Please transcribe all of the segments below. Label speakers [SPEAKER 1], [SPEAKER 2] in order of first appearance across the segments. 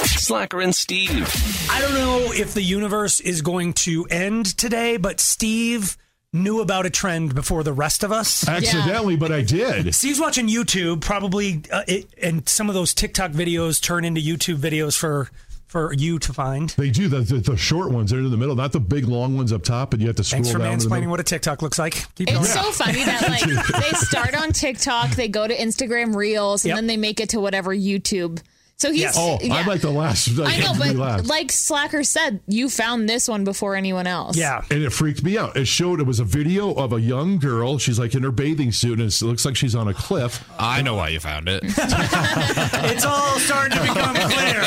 [SPEAKER 1] Slacker and Steve.
[SPEAKER 2] I don't know if the universe is going to end today, but Steve knew about a trend before the rest of us.
[SPEAKER 3] Accidentally, but I did.
[SPEAKER 2] Steve's watching YouTube, probably, uh, it, and some of those TikTok videos turn into YouTube videos for for you to find.
[SPEAKER 3] They do the, the, the short ones. They're in the middle, not the big long ones up top, and you have to scroll
[SPEAKER 2] Thanks for
[SPEAKER 3] down. to the
[SPEAKER 2] mansplaining
[SPEAKER 3] middle.
[SPEAKER 2] what a TikTok looks like. Keep going.
[SPEAKER 4] It's so funny that like they start on TikTok, they go to Instagram Reels, and
[SPEAKER 2] Yep.
[SPEAKER 4] then they make it to whatever YouTube. So he's
[SPEAKER 2] Yes.
[SPEAKER 3] Oh,
[SPEAKER 4] yeah.
[SPEAKER 3] I'd like the last.
[SPEAKER 4] I know,
[SPEAKER 3] to be
[SPEAKER 4] but
[SPEAKER 3] last.
[SPEAKER 4] like Slacker said, you found this one before anyone else.
[SPEAKER 2] yeah.
[SPEAKER 3] and it freaked me out. It showed it was a video of a young girl. She's like in her bathing suit, and it's- it looks like she's on a cliff.
[SPEAKER 5] I know why you found it.
[SPEAKER 2] It's all starting to become clear.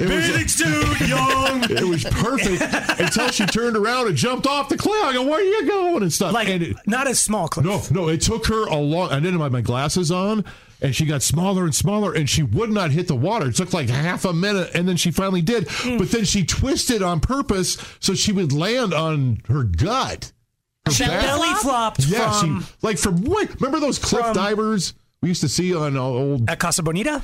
[SPEAKER 3] It was,
[SPEAKER 2] suit, young.
[SPEAKER 3] it was perfect until she turned around and jumped off the cliff. I go, where are you going and stuff.
[SPEAKER 2] Like,
[SPEAKER 3] and it,
[SPEAKER 2] not as small clip.
[SPEAKER 3] no, no, it took her a long. I didn't have my glasses on, and she got smaller and smaller, and she would not hit the water. It took like half a minute, and then she finally did.
[SPEAKER 2] Mm.
[SPEAKER 3] But then she twisted on purpose so she would land on her gut. Her back.
[SPEAKER 2] Belly flopped
[SPEAKER 3] Yeah,
[SPEAKER 2] from
[SPEAKER 3] she like from what? Remember those cliff
[SPEAKER 2] from-
[SPEAKER 3] divers we used to see on uh, old
[SPEAKER 2] at Casa Bonita.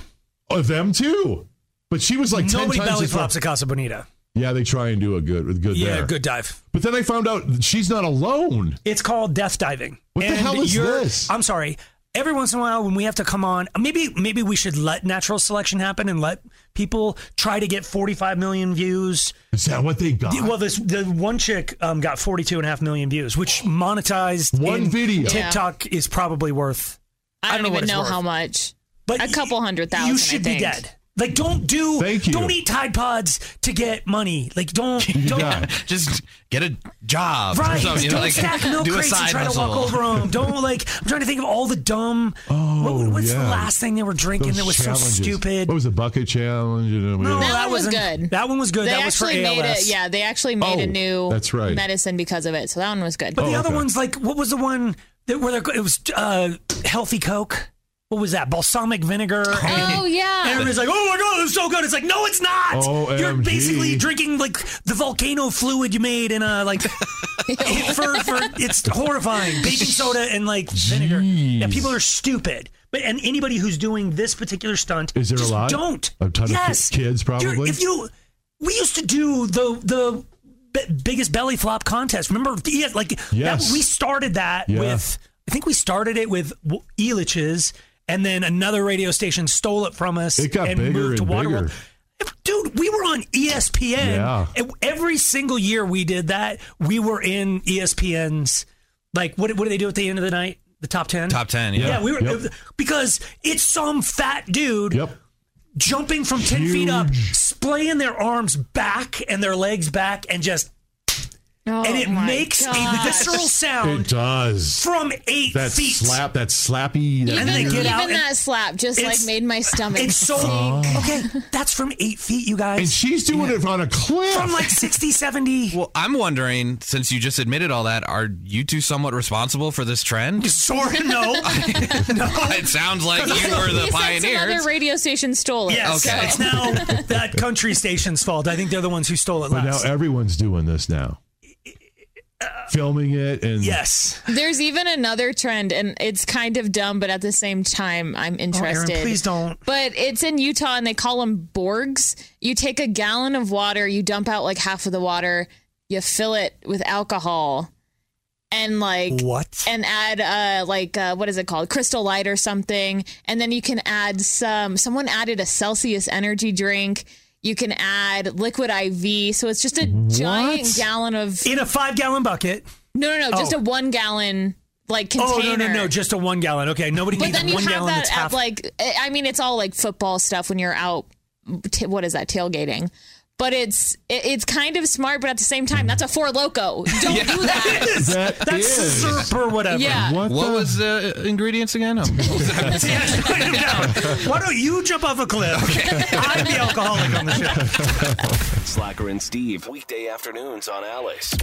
[SPEAKER 3] uh, them too? But she was like ten
[SPEAKER 2] Nobody
[SPEAKER 3] times
[SPEAKER 2] belly
[SPEAKER 3] as far-
[SPEAKER 2] flops at Casa Bonita.
[SPEAKER 3] Yeah, they try and do a good with good
[SPEAKER 2] Yeah,
[SPEAKER 3] there.
[SPEAKER 2] good dive.
[SPEAKER 3] But then I found out that she's not alone.
[SPEAKER 2] It's called death diving.
[SPEAKER 3] What the hell is
[SPEAKER 2] you're-
[SPEAKER 3] this?
[SPEAKER 2] I'm sorry. Every once in a while, when we have to come on, maybe maybe we should let natural selection happen and let people try to get 45 million views.
[SPEAKER 3] Is that what they got?
[SPEAKER 2] Well, this the one chick um, got 42 and a half million views, which monetized
[SPEAKER 3] One
[SPEAKER 2] in
[SPEAKER 3] video.
[SPEAKER 2] TikTok is probably worth.
[SPEAKER 4] I don't,
[SPEAKER 2] know what
[SPEAKER 4] even
[SPEAKER 2] it's
[SPEAKER 4] know
[SPEAKER 2] worth.
[SPEAKER 4] how much.
[SPEAKER 2] But
[SPEAKER 4] A couple hundred thousand,
[SPEAKER 2] You
[SPEAKER 4] I
[SPEAKER 2] should be
[SPEAKER 4] think.
[SPEAKER 2] dead. Like, don't do.
[SPEAKER 3] Thank you.
[SPEAKER 2] Don't eat Tide Pods to get money. Like, don't.
[SPEAKER 3] You
[SPEAKER 2] don't
[SPEAKER 3] got.
[SPEAKER 5] Just get a job. or
[SPEAKER 2] Right.
[SPEAKER 5] something, you know,
[SPEAKER 2] don't
[SPEAKER 5] like,
[SPEAKER 2] stack milk
[SPEAKER 5] do a
[SPEAKER 2] crates and
[SPEAKER 5] side
[SPEAKER 2] try
[SPEAKER 5] hustle.
[SPEAKER 2] to walk over them. Don't like. I'm trying to think of all the dumb. what, what's the
[SPEAKER 3] Oh, yeah.
[SPEAKER 2] last thing they were drinking
[SPEAKER 3] Those
[SPEAKER 2] that was
[SPEAKER 3] challenges.
[SPEAKER 2] so stupid?
[SPEAKER 3] What was the bucket challenge? You know,
[SPEAKER 2] no,
[SPEAKER 3] yeah.
[SPEAKER 4] That one was
[SPEAKER 2] wasn't-
[SPEAKER 4] good.
[SPEAKER 2] That one was good.
[SPEAKER 4] They
[SPEAKER 2] that was for
[SPEAKER 4] actually made
[SPEAKER 2] ALS.
[SPEAKER 4] it. Yeah, they actually made a
[SPEAKER 3] Oh,
[SPEAKER 4] new
[SPEAKER 3] that's right.
[SPEAKER 4] medicine because of it. So that one was good.
[SPEAKER 2] But the other
[SPEAKER 3] Oh, okay.
[SPEAKER 2] ones, like, what was the one that where there, it was uh, healthy Coke? What was that? Balsamic vinegar. and-
[SPEAKER 4] oh yeah.
[SPEAKER 2] And everybody's like, "Oh my god, it's so good!" It's like, no, it's not. You're
[SPEAKER 3] OMG.
[SPEAKER 2] basically drinking like the volcano fluid you made in a like for, for it's horrifying baking soda and like vinegar. Yeah,
[SPEAKER 3] Jeez.
[SPEAKER 2] people are stupid. But and anybody who's doing this particular stunt
[SPEAKER 3] Is there a
[SPEAKER 2] just
[SPEAKER 3] lot?
[SPEAKER 2] Don't.
[SPEAKER 3] A ton of ki-
[SPEAKER 2] yes.
[SPEAKER 3] kids,
[SPEAKER 2] You're-
[SPEAKER 3] probably?
[SPEAKER 2] If you, we used to do the the. b- Biggest belly flop contest. Remember, yeah, like
[SPEAKER 3] Yes.
[SPEAKER 2] that, we started that
[SPEAKER 3] Yeah.
[SPEAKER 2] with I think we started it with W- Elitch's, and then another radio station stole it from us.
[SPEAKER 3] It got
[SPEAKER 2] and
[SPEAKER 3] bigger
[SPEAKER 2] moved
[SPEAKER 3] and
[SPEAKER 2] to Waterworld.
[SPEAKER 3] bigger.
[SPEAKER 2] If- Dude, we were on E ESPN.
[SPEAKER 3] Yeah.
[SPEAKER 2] And Every single year we did that. We were in E ESPN's. Like, what, what do they do at the end of the night? The top ten.
[SPEAKER 5] Top 10, yeah.
[SPEAKER 2] Yeah, we were
[SPEAKER 3] Yep.
[SPEAKER 2] because it's some fat dude
[SPEAKER 3] Yep.
[SPEAKER 2] jumping from ten feet up,
[SPEAKER 3] Huge.
[SPEAKER 2] splaying their arms back and their legs back, and just
[SPEAKER 4] Oh,
[SPEAKER 2] and it
[SPEAKER 4] my
[SPEAKER 2] makes a
[SPEAKER 4] gosh.
[SPEAKER 2] visceral
[SPEAKER 3] It
[SPEAKER 2] sound
[SPEAKER 3] does.
[SPEAKER 2] from eight
[SPEAKER 3] That
[SPEAKER 2] Oh, feet.
[SPEAKER 3] slap, that slappy. that
[SPEAKER 4] Even,
[SPEAKER 2] And then they get
[SPEAKER 4] even
[SPEAKER 2] out and-
[SPEAKER 4] that slap just like
[SPEAKER 2] It's-
[SPEAKER 4] made my stomach.
[SPEAKER 2] It's so okay. That's from eight feet, you
[SPEAKER 3] Oh. And
[SPEAKER 2] guys.
[SPEAKER 3] she's doing it on a cliff.
[SPEAKER 2] From like 60, 70.
[SPEAKER 5] Well, I'm wondering, since you just admitted all that, are you two somewhat responsible for this trend?
[SPEAKER 2] Sort of no.
[SPEAKER 5] It sounds like
[SPEAKER 4] He
[SPEAKER 5] you
[SPEAKER 4] said-
[SPEAKER 5] were
[SPEAKER 4] he
[SPEAKER 5] the
[SPEAKER 4] said Some
[SPEAKER 5] pioneers.
[SPEAKER 4] other radio station stole it.
[SPEAKER 2] Yes.
[SPEAKER 5] Okay.
[SPEAKER 2] It's now that country station's fault. I think they're the ones who stole it
[SPEAKER 3] But now
[SPEAKER 2] last.
[SPEAKER 3] everyone's doing this now.
[SPEAKER 2] uh,
[SPEAKER 3] Filming it and
[SPEAKER 2] yes.
[SPEAKER 4] There's even another trend, and it's kind of dumb, but at the same time, I'm
[SPEAKER 2] Oh, Aaron,
[SPEAKER 4] interested.
[SPEAKER 2] please don't.
[SPEAKER 4] But it's in Utah, and they call them Borgs. You take a gallon of water, you dump out like half of the water, you fill it with alcohol, and like
[SPEAKER 2] What?
[SPEAKER 4] and add uh like uh, what is it called crystal light or something and then you can add some someone added a celsius energy drink you can add liquid iv so it's just a giant gallon of
[SPEAKER 2] In a five gallon bucket.
[SPEAKER 4] no no no just
[SPEAKER 2] Oh.
[SPEAKER 4] a one gallon like container
[SPEAKER 2] Oh, no, no, no. Just a one gallon. Okay. Nobody
[SPEAKER 4] but
[SPEAKER 2] needs
[SPEAKER 4] then you
[SPEAKER 2] one
[SPEAKER 4] have
[SPEAKER 2] gallon
[SPEAKER 4] that
[SPEAKER 2] that's half.
[SPEAKER 4] at like I I mean it's all like football stuff when you're out t- what is that tailgating but it's it, it's kind of smart but at the same time that's a four loco don't do that
[SPEAKER 3] that
[SPEAKER 2] that's
[SPEAKER 3] is-
[SPEAKER 2] syrup or whatever.
[SPEAKER 4] yeah
[SPEAKER 3] What,
[SPEAKER 5] What
[SPEAKER 3] the-
[SPEAKER 5] was the uh, ingredients again? I'm-
[SPEAKER 2] Yeah, write 'em down. Why don't you jump off a cliff? I'm the alcoholic on the show.
[SPEAKER 1] Slacker and Steve. Weekday afternoons on Alice.